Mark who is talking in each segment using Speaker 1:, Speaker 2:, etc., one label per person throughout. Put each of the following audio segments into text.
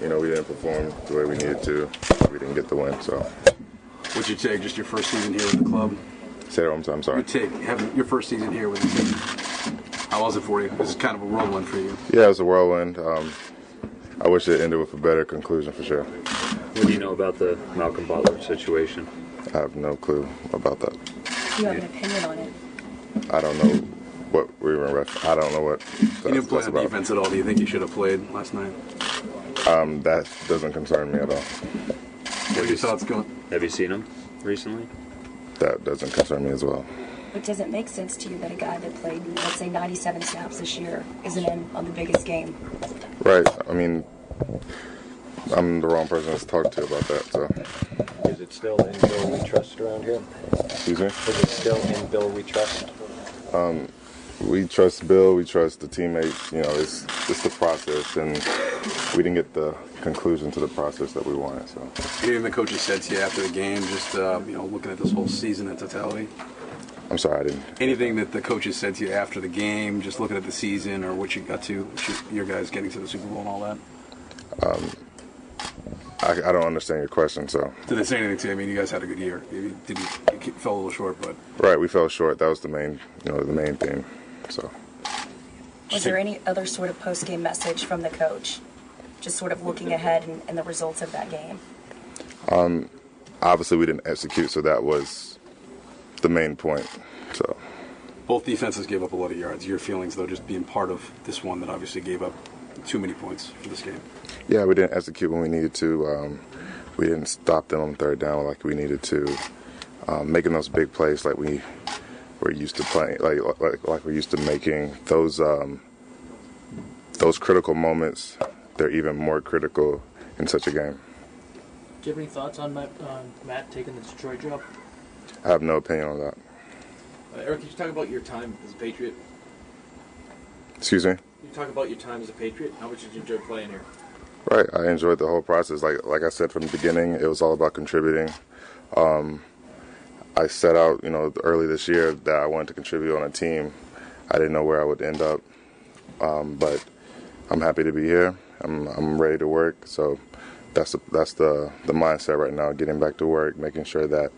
Speaker 1: you know, we didn't perform the way we needed to. We didn't get the win. So,
Speaker 2: What'd you take? Just your first season here with the club?
Speaker 1: say that one more time. Sorry.
Speaker 2: You take having your first season here with the team. How was it for you? This is kind of a whirlwind for you.
Speaker 1: Yeah, it was a whirlwind. Um, I wish it ended with a better conclusion for sure.
Speaker 3: What do you know about the Malcolm Butler situation?
Speaker 1: I have no clue about that.
Speaker 4: You have an opinion on it.
Speaker 1: I don't know what we were in ref. I don't know what. That's,
Speaker 2: You didn't play
Speaker 1: that's
Speaker 2: on
Speaker 1: about.
Speaker 2: defense at all. Do you think you should have played last night?
Speaker 1: Um, that doesn't concern me at all.
Speaker 2: What are your thoughts going?
Speaker 3: Have you seen him recently?
Speaker 1: That doesn't concern me as well.
Speaker 4: It doesn't make sense to you that a guy that played, let's say, 97 snaps this year isn't in on the biggest game.
Speaker 1: Right. I mean, I'm the wrong person to talk to about that. So,
Speaker 5: Is it still in Bill We Trust around here?
Speaker 1: excuse me.
Speaker 5: Is it still in Bill We Trust?
Speaker 1: we trust Bill. We trust the teammates. You know, it's it's the process, and we didn't get the conclusion to the process that we wanted. So
Speaker 2: Anything the coaches said to you after the game? Just uh, you know, looking at this whole season in totality.
Speaker 1: I'm sorry I didn't.
Speaker 2: Anything that the coaches said to you after the game? Just looking at the season or what you got to, what you, your guys getting to the Super Bowl and all that.
Speaker 1: I, I don't understand your question. So
Speaker 2: Did they say anything to you? I mean, you guys had a good year. Maybe did you, you fell a little short, but
Speaker 1: right, we fell short. That was the main you know the main thing. So
Speaker 4: Was there any other sort of post game message from the coach? Just sort of looking ahead and, and the results of that game.
Speaker 1: obviously we didn't execute. So that was the main point. So
Speaker 2: both defenses gave up a lot of yards. Your feelings though, just being part of this one that obviously gave up too many points for this game.
Speaker 1: yeah, we didn't execute when we needed to. Um, we didn't stop them on third down like we needed to. Um, making those big plays like we were used to playing, like like, like we're used to making those. Um, those critical moments, they're even more critical in such a game.
Speaker 6: Do you have any thoughts on Matt, on Matt taking the Detroit job?
Speaker 1: I have no opinion on that.
Speaker 7: Uh, Eric, could you talk about your time as a Patriot?
Speaker 1: Excuse me.
Speaker 7: Can you talk about your time as a Patriot? How much did you enjoy playing here?
Speaker 1: Right, I enjoyed the whole process. Like like I said from the beginning, it was all about contributing. Um, I set out, you know, early this year that I wanted to contribute on a team. I didn't know where I would end up, um, but I'm happy to be here. I'm I'm ready to work. So that's the, that's the the mindset right now. Getting back to work, making sure that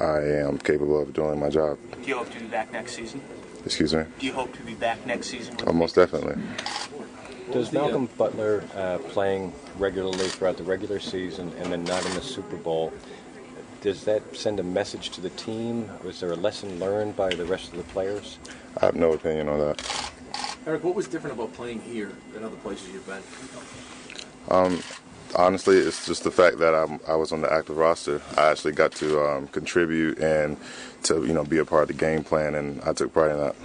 Speaker 1: I am capable of doing my job.
Speaker 8: Do you hope to be back next season?
Speaker 1: Excuse me.
Speaker 8: Do you hope to be back next season? With
Speaker 1: Oh, most definitely.
Speaker 5: Does Malcolm Butler uh, playing regularly throughout the regular season and then not in the Super Bowl, does that send a message to the team? Was there a lesson learned by the rest of the players?
Speaker 1: I have no opinion on that.
Speaker 7: Eric, what was different about playing here than other places you've been?
Speaker 1: Um, honestly, it's just the fact that I'm, I was on the active roster. I actually got to um, contribute and to you know be a part of the game plan, and I took pride in that.